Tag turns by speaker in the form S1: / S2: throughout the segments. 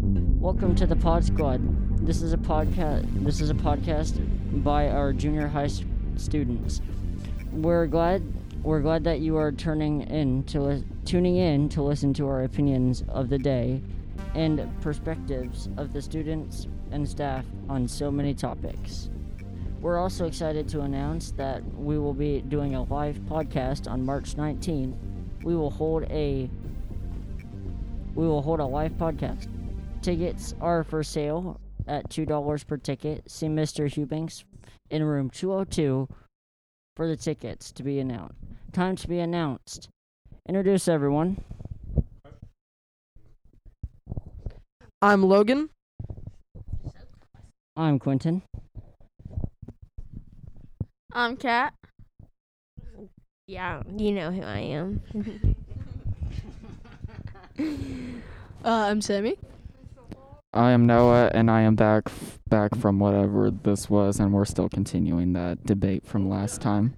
S1: Welcome to the Pod Squad. This is a podcast. This is a podcast by our junior high s- students. We're glad. We're glad that you are turning in to li- tuning in to listen to our opinions of the day and perspectives of the students and staff on so many topics. We're also excited to announce that we will be doing a live podcast on March 19th. We will hold a we will hold a live podcast. Tickets are for sale at $2 per ticket. See Mr. Hubanks in room 202 for the tickets to be announced. Time to be announced. Introduce everyone.
S2: I'm Logan.
S1: I'm Quentin.
S3: I'm Kat.
S4: Yeah, you know who I am.
S3: Uh, I'm Sammy.
S5: I am Noah, and I am back f- back from whatever this was, and we're still continuing that debate from last time.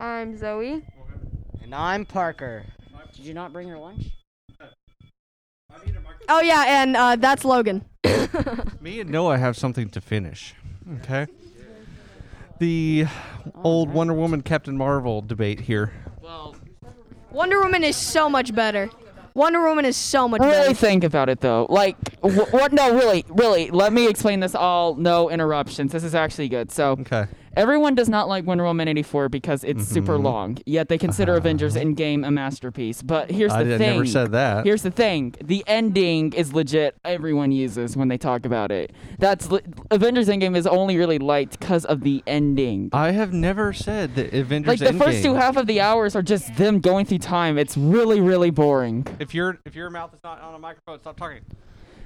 S4: I'm Zoe.
S6: And I'm Parker.
S1: Did you not bring your lunch?
S3: Oh yeah, and uh, that's Logan.
S7: Me and Noah have something to finish. Okay. The old Wonder Woman Captain Marvel debate here.
S3: Wonder Woman is so much better. Wonder Woman is so much
S5: Really
S3: better.
S5: think about it though. Like, wh- what? No, really, really. Let me explain this all. No interruptions. This is actually good. So,
S7: Okay. Mm-hmm.
S5: everyone does not like Wonder Woman 84 because it's super long. Yet they consider Avengers Endgame a masterpiece. But here's
S7: Uh-huh. I
S5: the
S7: did-
S5: thing.
S7: never said that.
S5: Here's the thing. The ending is legit. Everyone uses when they talk about it. That's li- Avengers Endgame is only really liked because of the ending.
S7: I have never said that
S5: like
S7: Avengers
S5: the first two
S7: Endgame-
S5: half of the hours are just them going through time. It's really, really boring.
S7: If your if your mouth is not on a microphone, stop talking.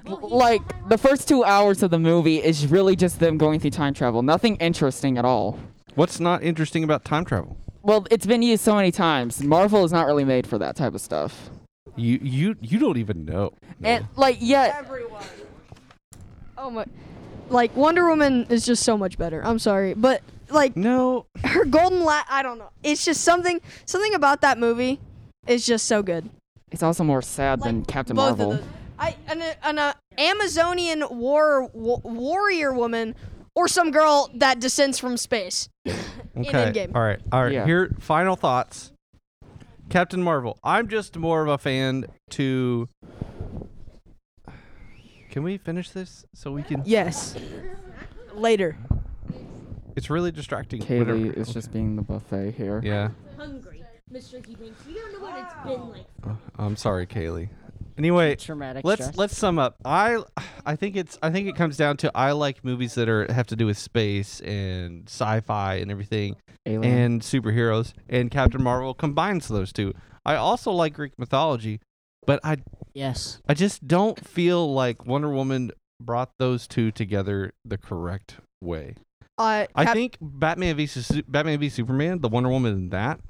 S5: Like the first two hours of the movie is really just them going through time travel. Nothing interesting at all.
S7: What's not interesting about time travel?
S5: Well, it's been used so many times. Marvel is not really made for that type of stuff.
S7: You you you don't even know.
S5: And like, yeah,
S3: Oh my! Like Wonder Woman is just so much better. I'm sorry, but like
S7: No.
S3: her golden la I don't know. It's just something something about that movie is just so good.
S5: it's also more sad than
S3: Like,
S5: Captain
S3: both
S5: Marvel.
S3: Of those. I an, an uh, Amazonian war wa- warrior woman or some girl that descends from space.
S7: Okay.
S3: Endgame.
S7: All right. All right.
S5: Yeah.
S7: Here final thoughts. Captain Marvel. I'm just more of a fan to Can we finish this so we can
S2: Yes. Later.
S7: It's really distracting.
S5: Kaylee
S7: whenever-
S5: is just being the buffet here.
S7: Yeah.
S4: Hungry, Mr. Keepinks. We don't know what it's been like.
S7: I'm sorry, Kaylee. Anyway,
S1: Traumatic
S7: let's
S1: stress.
S7: let's sum up. I I think it's I think it comes down to I like movies that are have to do with space and sci-fi and everything
S5: Alien.
S7: and superheroes and Captain Marvel combines those two. I also like Greek mythology, but I
S1: Yes.
S7: I just don't feel like Wonder Woman brought those two together the correct way.
S3: Uh,
S7: I
S3: Cap-
S7: think Batman v Su- Batman v Superman, the Wonder Woman in that,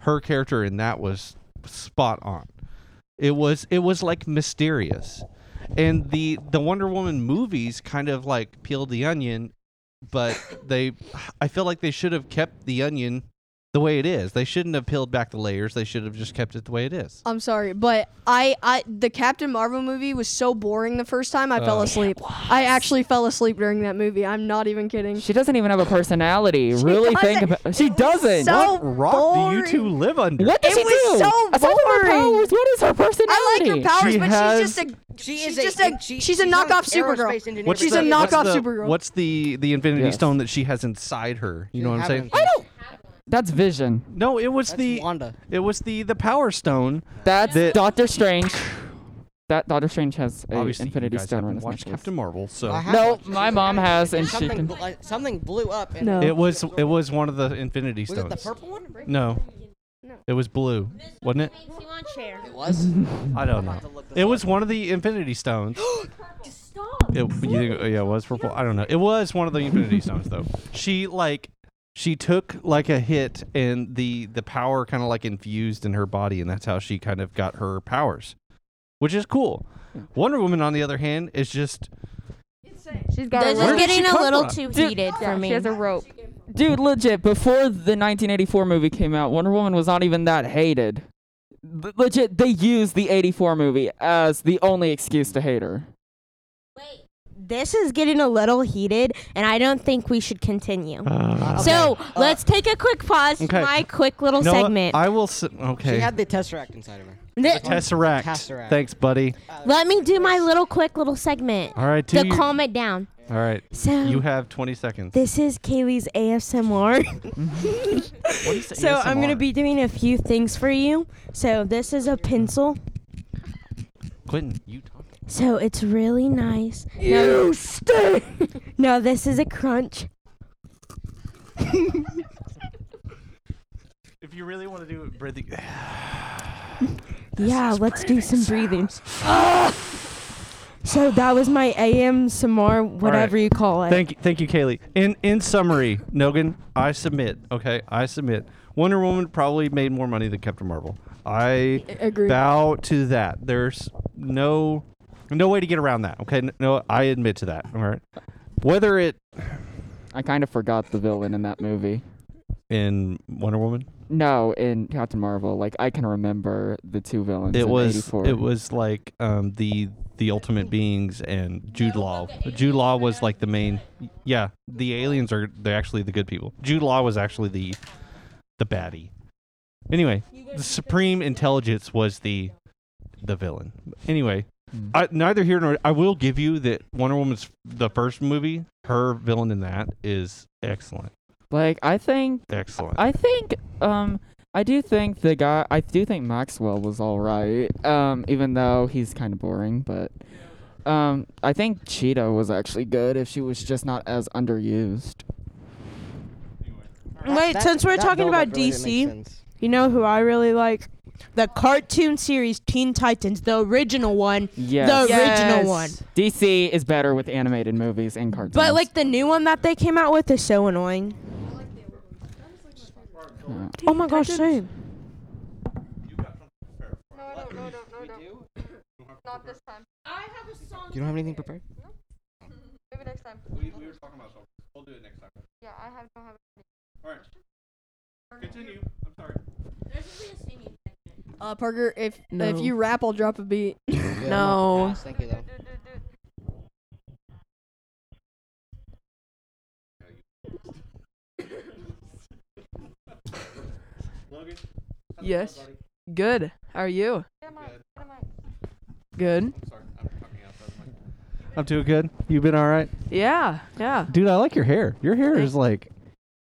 S7: her character in that was spot on. It was it was like mysterious, and the the Wonder Woman movies kind of like peeled the onion, but they, I feel like they should have kept the onion the way it is. They shouldn't have peeled back the layers. They should have just kept it the way it is.
S3: I'm sorry, but I, I the Captain Marvel movie was so boring the first time I fell
S7: Uh,
S3: asleep. I actually fell asleep during that movie. I'm not even kidding.
S5: She doesn't even have a personality. really think
S3: doesn't.
S5: about. She doesn't.
S3: so
S7: what rock do you two
S3: boring.
S7: live under?
S5: What does
S3: It
S5: she
S3: was
S5: do?
S3: so
S5: Aside from her
S3: boring.
S5: powers, what is her personality?
S3: I like her powers,
S7: She
S3: but
S7: has-
S3: she's just a
S6: She
S3: she's
S6: is
S3: just
S6: a,
S3: a
S6: she-
S3: she's a
S6: not
S3: knockoff
S6: an
S3: Supergirl.
S6: aerospace engineer,
S7: What's
S3: She's
S7: the,
S3: a
S7: what's
S3: knockoff
S7: the-
S3: Supergirl.
S7: What's the the Infinity
S5: Yes.
S7: Stone that she has inside her? You know what I'm saying?
S6: I don't.
S5: That's Vision.
S7: No, it was
S6: That's
S7: the
S6: Wanda.
S7: it was the the Power Stone.
S5: That's
S7: That-
S5: Doctor Strange. That Doctor Strange has a
S7: Obviously,
S5: Infinity
S7: you guys
S5: Stone on
S7: haven't
S5: his
S7: watched
S5: necklace.
S7: Captain Marvel, so
S6: I have
S5: No,
S6: watched it.
S5: my mom has, and she
S6: Something,
S5: can.
S6: bl- uh, something blew up. And
S3: No.
S7: it was it was one of the Infinity
S6: Was it
S7: Stones.
S6: the purple one?
S7: No. It was blue, wasn't it?
S6: It was.
S7: I don't know. It was one of the Infinity Stones. It, you think, yeah, it was purple. I don't know. It was one of the Infinity Stones, though. She like she took like a hit, and the the power kind of like infused in her body, and that's how she kind of got her powers, which is cool.
S6: Hmm.
S7: Wonder Woman, on the other hand, is just
S4: She's got
S7: rope. Where did she come from?
S5: Dude,
S4: for me. She has a rope.
S5: Dude, legit. Before the 1984 movie came out, Wonder Woman was not even that hated. Th- legit, they use the 84 movie as the only excuse to hate her.
S8: This is getting a little heated, and I don't think we should continue.
S7: Uh,
S8: So let's take a quick pause.
S7: Okay.
S8: My quick little
S7: you know what?
S8: segment.
S7: I will. s
S6: She
S7: okay.
S6: had the tesseract inside of her.
S8: Th-
S7: Tesseract.
S6: Tesseract. Uh,
S7: Thanks, buddy.
S8: Let me do my little quick little segment
S7: All right,
S8: to
S7: two. All
S8: calm it down.
S7: right.
S8: So
S7: You have 20 seconds.
S8: this is Kaylee's ASMR.
S5: What is
S8: so I'm gonna be doing a few things for you. So this is a pencil.
S7: Quentin, you talk.
S8: So it's really nice. You stay. no, this is a crunch.
S7: If you really want to do it, breathe.
S8: yeah, let's do some breathing. so that was my AM ASMR, whatever you call it.
S7: Thank you, thank you, Kaylee. In in summary, Nogan, I submit. Okay, I submit. Wonder Woman probably made more money than Captain Marvel. I
S2: Agree.
S7: bow to that. There's no no way to get around that. Okay, N- no, I admit to that. All right, whether it
S5: I kind of forgot the villain in that movie.
S7: in Wonder Woman,
S5: No, in Captain Marvel, like I can remember the two villains.
S7: it
S5: in
S7: was
S5: 84.
S7: it was like um, the the Ultimate Beings and Jude Law. Jude Law was like the main. Yeah, the aliens are they're actually the good people. Jude Law was actually the the baddie. Anyway, the Supreme Intelligence was the the villain. Anyway,
S5: Mm.
S7: I, neither here nor I will give you that Wonder Woman's the first movie. Her villain in that is excellent,
S5: like I think
S7: excellent.
S5: I think um I do think the guy I do think Maxwell was all right. Um even though he's kind of boring, but um I think Cheetah was actually good if she was just not as underused.
S2: Wait,
S6: That-
S2: since we're
S6: that
S2: talking
S6: buildup
S2: about
S6: really didn't
S2: DC,
S6: make sense.
S2: you know who I really like? The cartoon series Teen Titans, the original one.
S5: Yes.
S2: The original one.
S5: DC is better with animated movies and cartoons.
S2: But like the new one that they came out with is so annoying.
S5: Yeah.
S2: Oh my gosh, same.
S4: No, no, no, no, no, no. Not this time.
S6: You don't have anything prepared?
S4: Maybe next time.
S7: we, we were talking about something. We'll do it next time.
S4: Yeah, I have don't have.
S7: All right, continue. I'm sorry.
S3: Uh, Parker, if
S2: No.
S3: if you rap, I'll drop a beat.
S6: Yeah,
S2: No.
S6: pass, Thank you though.
S2: Yes. Good. How are you? Good.
S7: I'm doing good. You've been all right.
S2: Yeah. Yeah.
S7: Dude, I like your hair. Your hair
S2: Thank-
S7: is like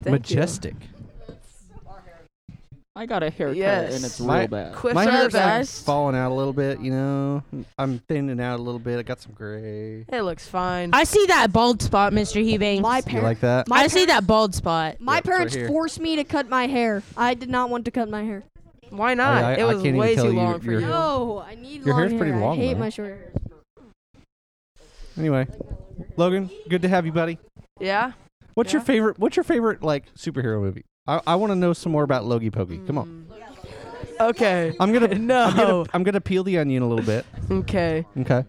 S2: Thank you.
S7: majestic.
S5: I got a haircut
S2: Yes.
S5: and it's
S7: My-
S5: real bad.
S2: Quiffs
S7: My
S2: are the
S7: hair's like
S2: best.
S7: falling out a little bit, you know. I'm thinning out a little bit. I got some gray.
S2: It looks fine.
S8: I see that bald spot, Mr. Hubanks.
S3: My
S7: You
S3: parents,
S7: like that?
S3: my
S8: I see
S3: parents-
S8: that bald spot.
S3: My
S7: Yep, it's right
S3: parents
S7: here.
S3: forced me to cut my hair. I did not want to cut my hair.
S2: Why not?
S7: Oh, I- I-
S2: it
S7: I
S2: was
S7: can't even
S2: way
S7: tell
S2: too
S7: you
S2: long for
S7: your-
S2: you.
S3: No, I need
S7: Your
S3: long
S7: hair's
S3: hair.
S7: pretty long,
S3: I hate
S7: though.
S3: my short hair.
S7: Anyway, Logan, good to have you, buddy.
S2: Yeah.
S7: What's your
S2: Yeah.
S7: favorite? What's your favorite like superhero movie? I, I want to know some more about Logie Pokey. Come on.
S2: Okay.
S7: I'm gonna
S2: Mm. No.
S7: I'm gonna, I'm gonna peel the onion a little bit.
S2: Okay.
S7: Okay.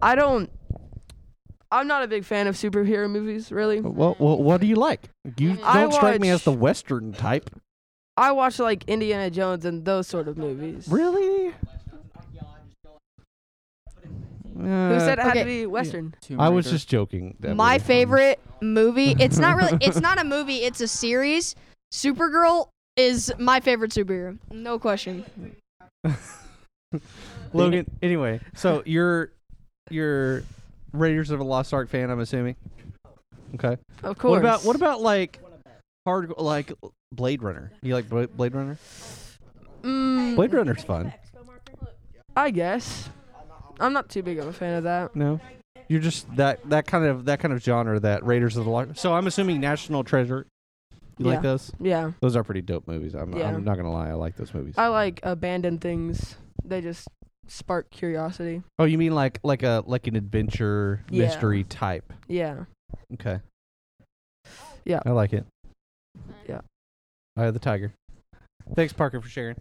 S2: I don't. I'm not a big fan of superhero movies, really.
S7: Well, well what do you like? You don't
S2: I
S7: strike me
S2: watch-
S7: as the Western type.
S2: I watch like Indiana Jones and those sort of movies.
S7: Really?
S2: Who said it had
S3: Okay.
S2: to be Western?
S5: Tomb
S7: I was
S5: Raider.
S7: just joking.
S3: My
S7: Emily.
S3: favorite movie. It's not really. It's not a movie. It's a series. Supergirl is my favorite superhero. No question.
S7: Logan. Anyway, so you're you're Raiders of the Lost Ark fan, I'm assuming. Okay.
S2: Of course.
S7: What about what about like hard like Blade Runner? You like Bla- Blade Runner?
S2: Mm,
S7: Blade Runner's fun.
S2: I guess. I'm not too big of a fan of that.
S7: No. You're just that that kind of that kind of genre that Raiders of the Lost. So I'm assuming National Treasure. You
S2: Yeah.
S7: like those?
S2: Yeah.
S7: Those are pretty dope movies. I'm,
S2: Yeah. Uh,
S7: I'm not gonna lie, I like those movies.
S2: I like abandoned things. They just spark curiosity.
S7: oh, you mean like like a like an adventure
S2: Yeah.
S7: mystery type?
S2: Yeah.
S7: Okay.
S2: Yeah.
S7: I like it.
S4: Mm.
S2: Yeah.
S7: I have the tiger. Thanks, Parker, for sharing.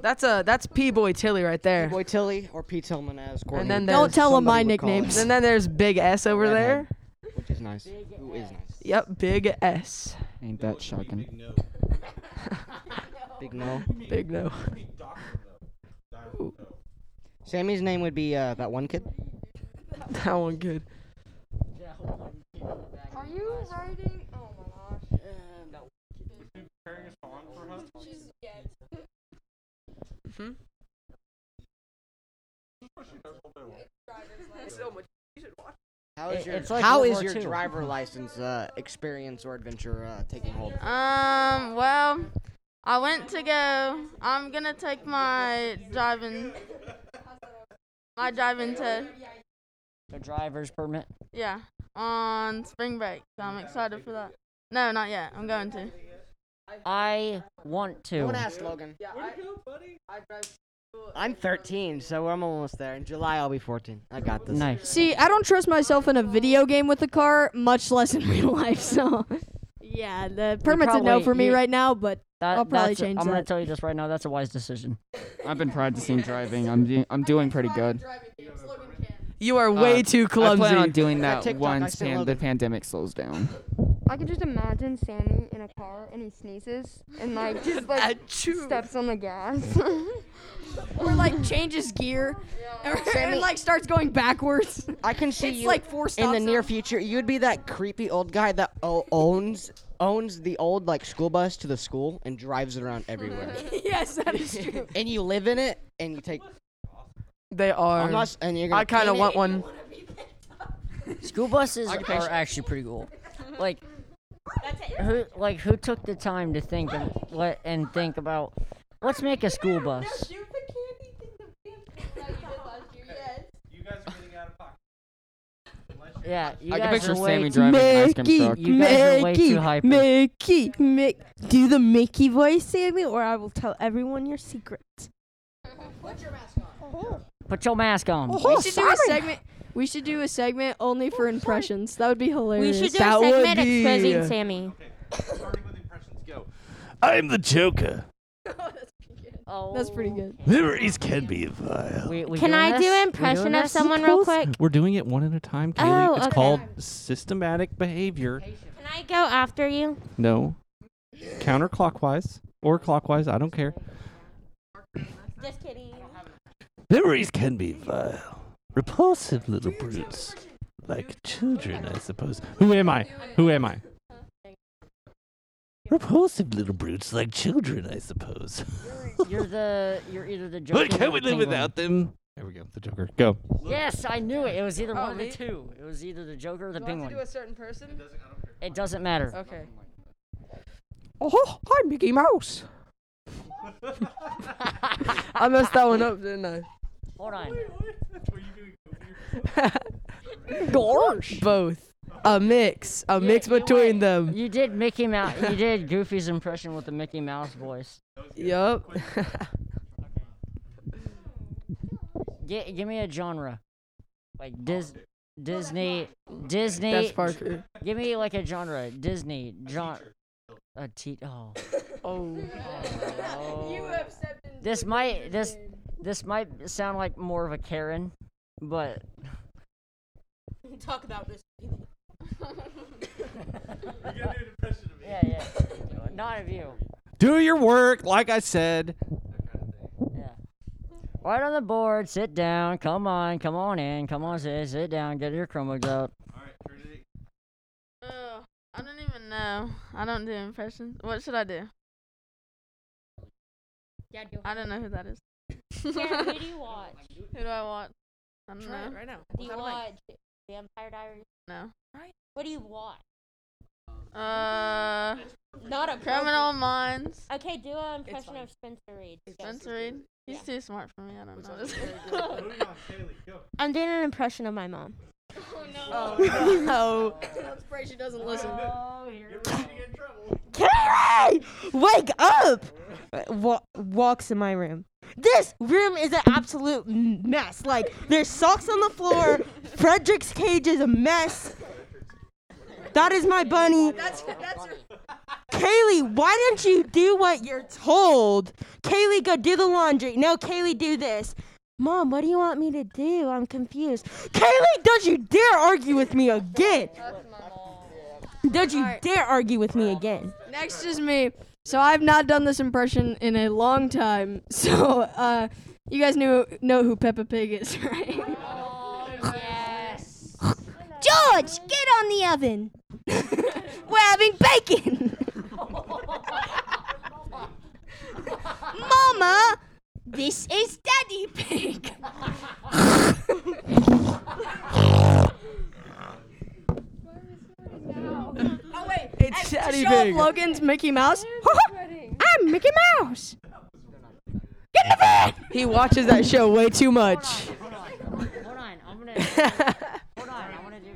S2: That's a that's P Boy Tilly right there.
S6: Boy Tilly or P Tillman as Courtney.
S2: then
S6: would-
S2: there's Don't
S3: tell 'em my
S6: somebody would call
S3: nicknames.
S6: us.
S2: And then there's Big S over there.
S6: Redhead, which is nice. Who is nice?
S2: Yep, big S.
S5: Ain't that shocking?
S6: Big no.
S2: Big no.
S6: Sammy's name would be uh, that one kid.
S2: That one good.
S4: Are you writing? Oh my gosh. She's yeah.
S2: Hmm?
S6: How is
S1: It-
S6: your
S1: it's like
S6: how
S1: World
S6: is
S1: War
S6: your
S1: Two.
S6: driver license uh, experience or adventure uh, taking hold?
S4: Um. Well, I went to go. I'm gonna take my driving. My driving test.
S1: A driver's permit.
S4: Yeah. On spring break. So I'm excited for that. No, not yet. I'm going to.
S1: I want to.
S6: Don't ask Logan. Yeah, I, am 13, so I'm almost there. In July, I'll be 14. I got this.
S1: Nice.
S3: See, I don't trust myself in a video game with a car, much less in real life. So, yeah, the permit's a no
S1: probably-
S3: for me
S1: you-
S3: right now. But
S1: That,
S3: I'll probably
S1: that's a-
S3: change
S1: I'm gonna
S3: that.
S1: tell you this right now. That's a wise decision.
S5: I've been practicing driving. I'm do- I'm doing pretty good.
S2: You are way
S5: Uh,
S2: too
S5: I
S2: clumsy.
S5: plan on doing
S6: That
S5: that
S6: TikTok I
S5: once
S6: sent
S5: pan- the
S6: Logan.
S5: pandemic slows down.
S9: I could just imagine Sammy in a car and he sneezes and like just like steps on the gas.
S3: or like changes gear, or, and like starts going backwards.
S6: I can see
S3: It's
S6: you
S3: like four
S6: in
S3: stop
S6: the near
S3: signs.
S6: future. You'd be that creepy old guy that o- owns owns the old like school bus to the school and drives it around everywhere.
S3: yes, that is true.
S6: and you live in it, and you take.
S2: they are.
S6: I'm not, s- and you're gonna
S2: I kind of
S6: paint
S2: want one.
S1: School buses are actually pretty cool. Like, who like who took the time to think and let and think about let's make a school bus. Yeah, you
S5: I can
S1: guys
S5: picture
S1: are way
S5: Sammy
S1: too-
S5: driving an ice cream truck.
S1: You guys are way too hyper.
S8: Mickey, Mick. Do the Mickey voice, Sammy, or I will tell everyone your secret.
S1: Put your mask on.
S3: we should do a segment. We should do a segment only for impressions. That Oh, would be
S8: We
S3: hilarious.
S8: should do
S2: That
S8: a
S2: would
S8: segment
S2: be-
S8: exposing Sammy.
S7: Starting with impressions, go. I'm the Joker.
S1: Oh,
S3: That's pretty good.
S7: Memories can be vile.
S1: We, we
S8: Can
S1: doing
S8: I
S1: this?
S8: do
S1: We
S8: an
S1: doing
S8: impression of
S1: this?
S8: someone real quick?
S7: We're doing it one at a time, Kaylee.
S8: Oh,
S7: it's
S8: okay.
S7: called systematic behavior.
S8: Can I go after you?
S7: No. Counterclockwise or clockwise, I don't care.
S8: Just kidding.
S7: Memories can be vile. Repulsive little brutes. Like children, I suppose. Who am I? Who am I? Repulsive little brutes like children, I suppose.
S1: You're the you're either the Joker.
S7: But can
S1: or
S7: we
S1: the
S7: live
S1: Penguin.
S7: without them? There we go. The Joker. Go.
S1: Yes, I knew it. It was either
S10: Oh,
S1: one of the
S10: me?
S1: two. It was either the Joker or the
S10: Do I have
S1: Penguin.
S10: to do a certain person?
S1: It doesn't matter.
S10: Okay.
S2: Oh, hi, Mickey Mouse.
S1: Oh
S2: I messed that one up, didn't I?
S1: Hold on.
S2: Gosh. Both. A mix. A mix
S1: you went-
S2: between them.
S1: You did Mickey Mouse. You did Goofy's impression with the Mickey Mouse voice.
S2: Yup.
S1: G- give me a genre, like Dis, Disney, Disney.
S2: That's Parker.
S1: Give me like a genre. Disney. John. A te- Oh.
S2: Oh.
S1: This might this this might sound like more of a Karen, but
S10: Talk about this.
S1: yeah, yeah. Not of you.
S7: Do your work, like I said.
S1: Yeah. Right on the board. Sit down. Come on. Come on in. Come on, sit. Sit down. Get your Chromebooks out.
S4: Oh, I don't even know. I don't do impressions. What should I do?
S8: Yeah, do
S4: I don't know who that is.
S8: Who
S4: who
S8: do you watch?
S4: do I watch? I don't know.
S10: right now.
S8: Do you watch Vampire Diaries?
S4: No.
S8: What do you watch?
S4: Uh,
S8: Not a
S4: Criminal Minds.
S8: Okay, do an impression
S10: fine.
S8: of Spencer Reed. Go.
S4: Spencer Reed. He's too smart for me. I don't know. this.
S8: I'm doing an impression of my mom.
S3: Oh,
S2: No.
S3: Let's pray she doesn't listen.
S8: Carrie, wake up! Wa- walks in my room. This room is an absolute m- mess. Like there's socks on the floor. Frederick's cage is a mess. That is my bunny.
S3: That's that's her.
S8: Kaylee, why don't you do what you're told? Kaylee, go do the laundry. No, Kaylee, do this. Mom, what do you want me to do? I'm confused. Kaylee, don't you dare argue with me again. Don't you dare argue with me again.
S3: Next is me. So I've not done this impression in a long time. So uh, you guys knew know who Peppa Pig is, right?
S11: George, get on the oven. We're having bacon. Mama, this is Daddy Pig.
S3: Oh wait,
S11: It's
S3: and
S11: Daddy
S3: to show
S11: Pig.
S3: Off Logan's Mickey Mouse. I'm Mickey Mouse.
S2: He watches that show way too much.
S1: Hold on, I'm gonna. hold on, I wanna do.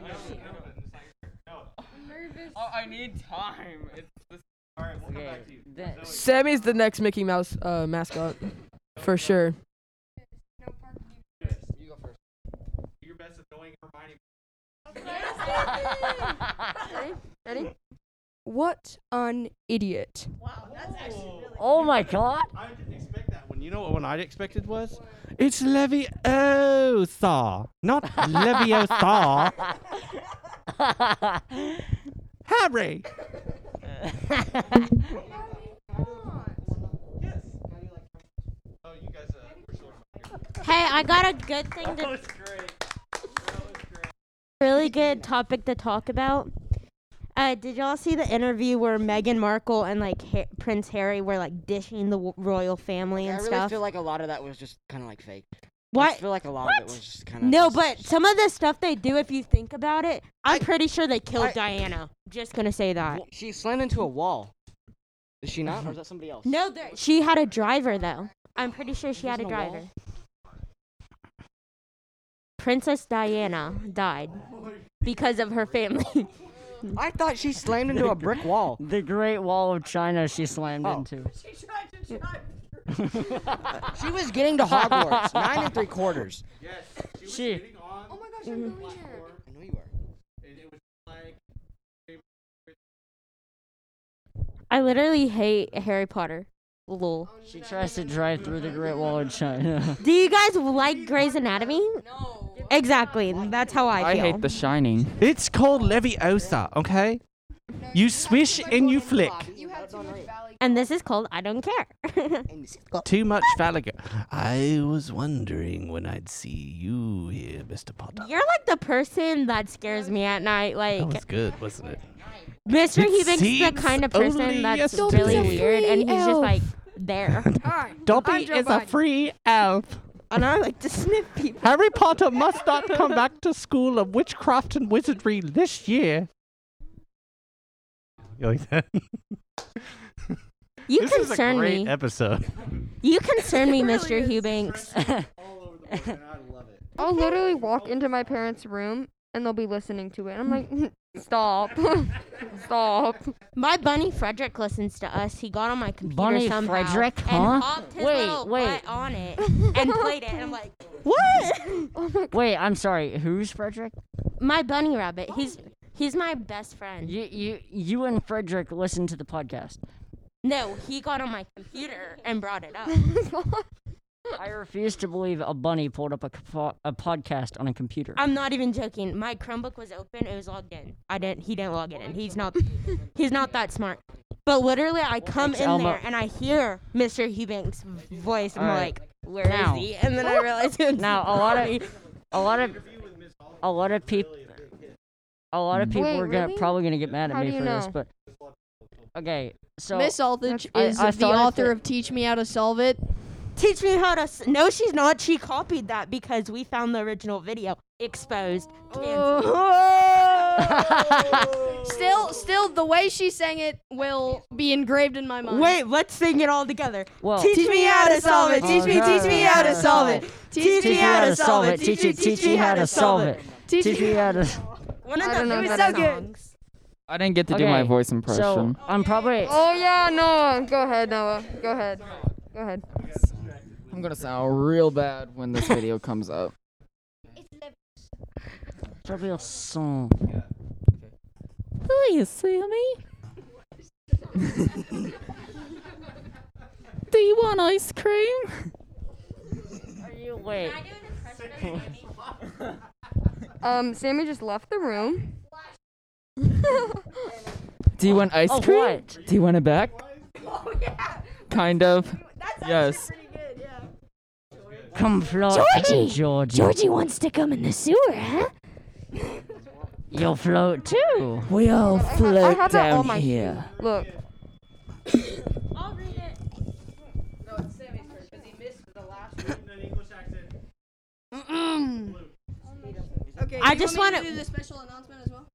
S5: Oh, I need time. It's this. Alright, we'll
S1: Okay, then-
S10: Sammy's the next Mickey Mouse uh, mascot, for sure.
S7: You go first. Do your best annoying Hermione.
S9: Ready? Ready?
S10: What an idiot.
S1: Oh my god.
S7: I didn't expect that one. You know what one I expected was? It's Leviosa, not Leviosa. Harry. Oh, you guys. Uh, were short.
S8: Hey, I got a good thing to. Really good topic to talk about. Uh, did y'all see the interview where Meghan Markle and like ha- Prince Harry were like dishing the w- royal family
S6: Yeah, I
S8: and
S6: really
S8: stuff?
S6: feel like a lot of that was just kind of like fake. I
S8: What?
S6: just feel like a lot of it was just kind of.
S8: No, but some of the stuff they do, if you think about it, I'm pretty sure they killed
S6: I-
S8: Diana. Just gonna say that.
S6: She slammed into a wall. Is she not, or is that somebody else?
S8: No, there, she had a driver though. I'm pretty sure she had a
S6: Wasn't a wall?
S8: driver. Princess Diana died because of her family.
S6: I thought she slammed into a brick wall.
S1: The Great Wall of China she slammed
S6: Oh.
S1: into.
S6: She was getting to Hogwarts, nine and three quarters. Oh
S1: She.
S9: Oh
S1: Mm-hmm.
S2: Mm-hmm.
S6: I know you are.
S8: I literally hate Harry Potter. Lol.
S6: Oh,
S1: She tries to drive through the Great Wall of China.
S8: Do you guys like Grey's Anatomy? No. Exactly. That's how I
S5: I
S8: feel.
S5: hate The Shining.
S7: It's called Leviosa, okay? You swish and you flick.
S8: and this is called I Don't Care.
S7: Too much phallic. I was wondering when I'd see you here, Mr. Potter.
S8: You're like the person that scares me at night. Like,
S7: That was good, wasn't it?
S8: Mr.
S7: It
S8: Heaving's
S7: seems
S8: the kind of
S7: only
S8: person that's
S7: yesterday.
S8: really
S7: Don't be a
S8: weird, and he's just
S10: elf.
S8: like there.
S5: Dobby is a free elf.
S10: And I like to sniff people.
S7: Harry Potter must not come back to school of witchcraft and wizardry this year. You like that?
S8: You
S7: this is a
S8: concern
S7: great
S8: me.
S7: episode.
S8: You concern me, Mr. Hubanks.
S9: I'll literally walk into my parents' room and they'll be listening to it. I'm like, stop, stop.
S8: My bunny Frederick listens to us. He got on my computer
S1: Bunny
S8: somehow
S1: Frederick, huh?
S8: and hopped his
S1: Wait,
S8: little
S1: wait.
S8: butt on it and played it. And I'm like, what?
S1: Wait, I'm sorry. Who's Frederick?
S8: My bunny rabbit. He's he's my best friend.
S1: You, you, you and Frederick listen to the podcast.
S8: No, he got on my computer and brought it up.
S1: I refuse to believe a bunny pulled up a, co- a podcast on a computer.
S8: I'm not even joking. My Chromebook was open. It was logged in. I didn't. He didn't log it in. He's not. He's not that smart. But literally, I come
S1: thanks,
S8: in
S1: Elmo.
S8: there and I hear Mr. Hubanks' voice. I'm
S1: All right.
S8: like, where is
S1: Now.
S8: he? And then I realize it's
S1: Now a lot of, a lot of, a lot of people, a lot of people
S9: Wait,
S1: are gonna
S9: really?
S1: probably gonna get mad at
S9: How do
S1: me
S9: you
S1: for this,
S9: know?
S1: but okay. So
S3: Miss Aldridge
S1: I-
S3: is
S1: I
S3: the
S1: thought if
S3: author
S1: it-
S3: of Teach Me How to Solve It.
S8: Teach me how to. S- no, she's not. She copied that because we found the original video exposed. Canceled.
S1: Oh.
S3: Still, still, the way she sang it will be engraved in my mind.
S8: Wait, let's sing it all together.
S1: well,
S8: Teach me how to solve it. Teach
S1: Oh,
S8: me, teach me how to solve it.
S1: teach me how to solve it. Teach you, teach me how to solve it.
S3: Teach
S1: Teach me how to.
S8: One of
S9: I
S8: the
S9: don't know
S8: it was
S9: if
S8: so
S9: that
S8: good.
S5: I didn't get to do my
S1: Okay,
S5: voice impression.
S1: So I'm probably.
S9: Oh yeah, Noah, go ahead, Noah, go ahead, go ahead.
S5: I'm gonna sound real bad when this video comes up.
S1: Probably a song.
S5: Oh, you see me? do you want ice cream?
S1: Are you Wait.
S2: Um, Sammy just left the room.
S5: Do you want ice
S2: oh,
S5: cream?
S2: what?
S5: Do you want it back?
S1: Oh,
S5: Kind of. yes.
S1: Come Flo-
S12: Georgie!
S1: Georgie.
S12: Georgie wants to come in the sewer, huh?
S1: You'll float too.
S12: We all
S2: I
S12: float
S2: have that on my shoe. Look.
S3: Okay.
S8: I
S3: do you
S8: just
S3: want me
S8: wanna-
S3: to do the special announcement as well.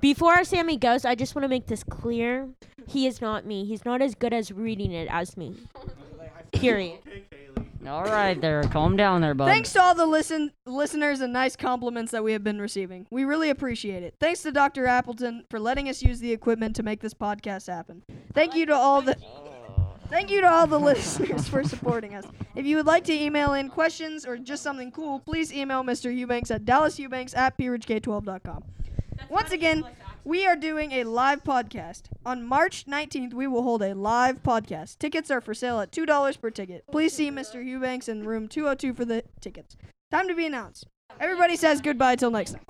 S8: Before our Sammy goes, I just want to make this clear. He is not me. He's not as good as reading it as me. Period.
S1: All right, there. Calm down there, bud.
S3: Thanks to all the listen listeners and nice compliments that we have been receiving. We really appreciate it. Thanks to Dr. Appleton for letting us use the equipment to make this podcast happen. Thank you to all the Thank you to all the listeners for supporting us. If you would like to email in questions or just something cool, please email Mr. Eubanks at DallasEubanks at PRidgeK12.com. Once again, we are doing a live podcast. On March 19th, we will hold a live podcast. Tickets are for sale at $2 per ticket. Please see Mr. Eubanks in room 202 for the tickets. Time to be announced. Everybody says goodbye till next time.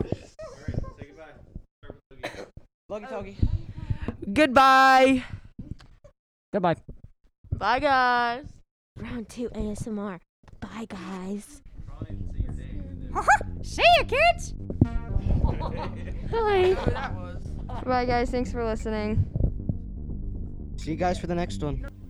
S13: Goodbye.
S1: Goodbye.
S14: Bye, guys.
S12: Round two ASMR. Bye, guys.
S15: See ya, kids.
S2: Bye. Bye, guys. Thanks for listening.
S6: See you guys for the next one.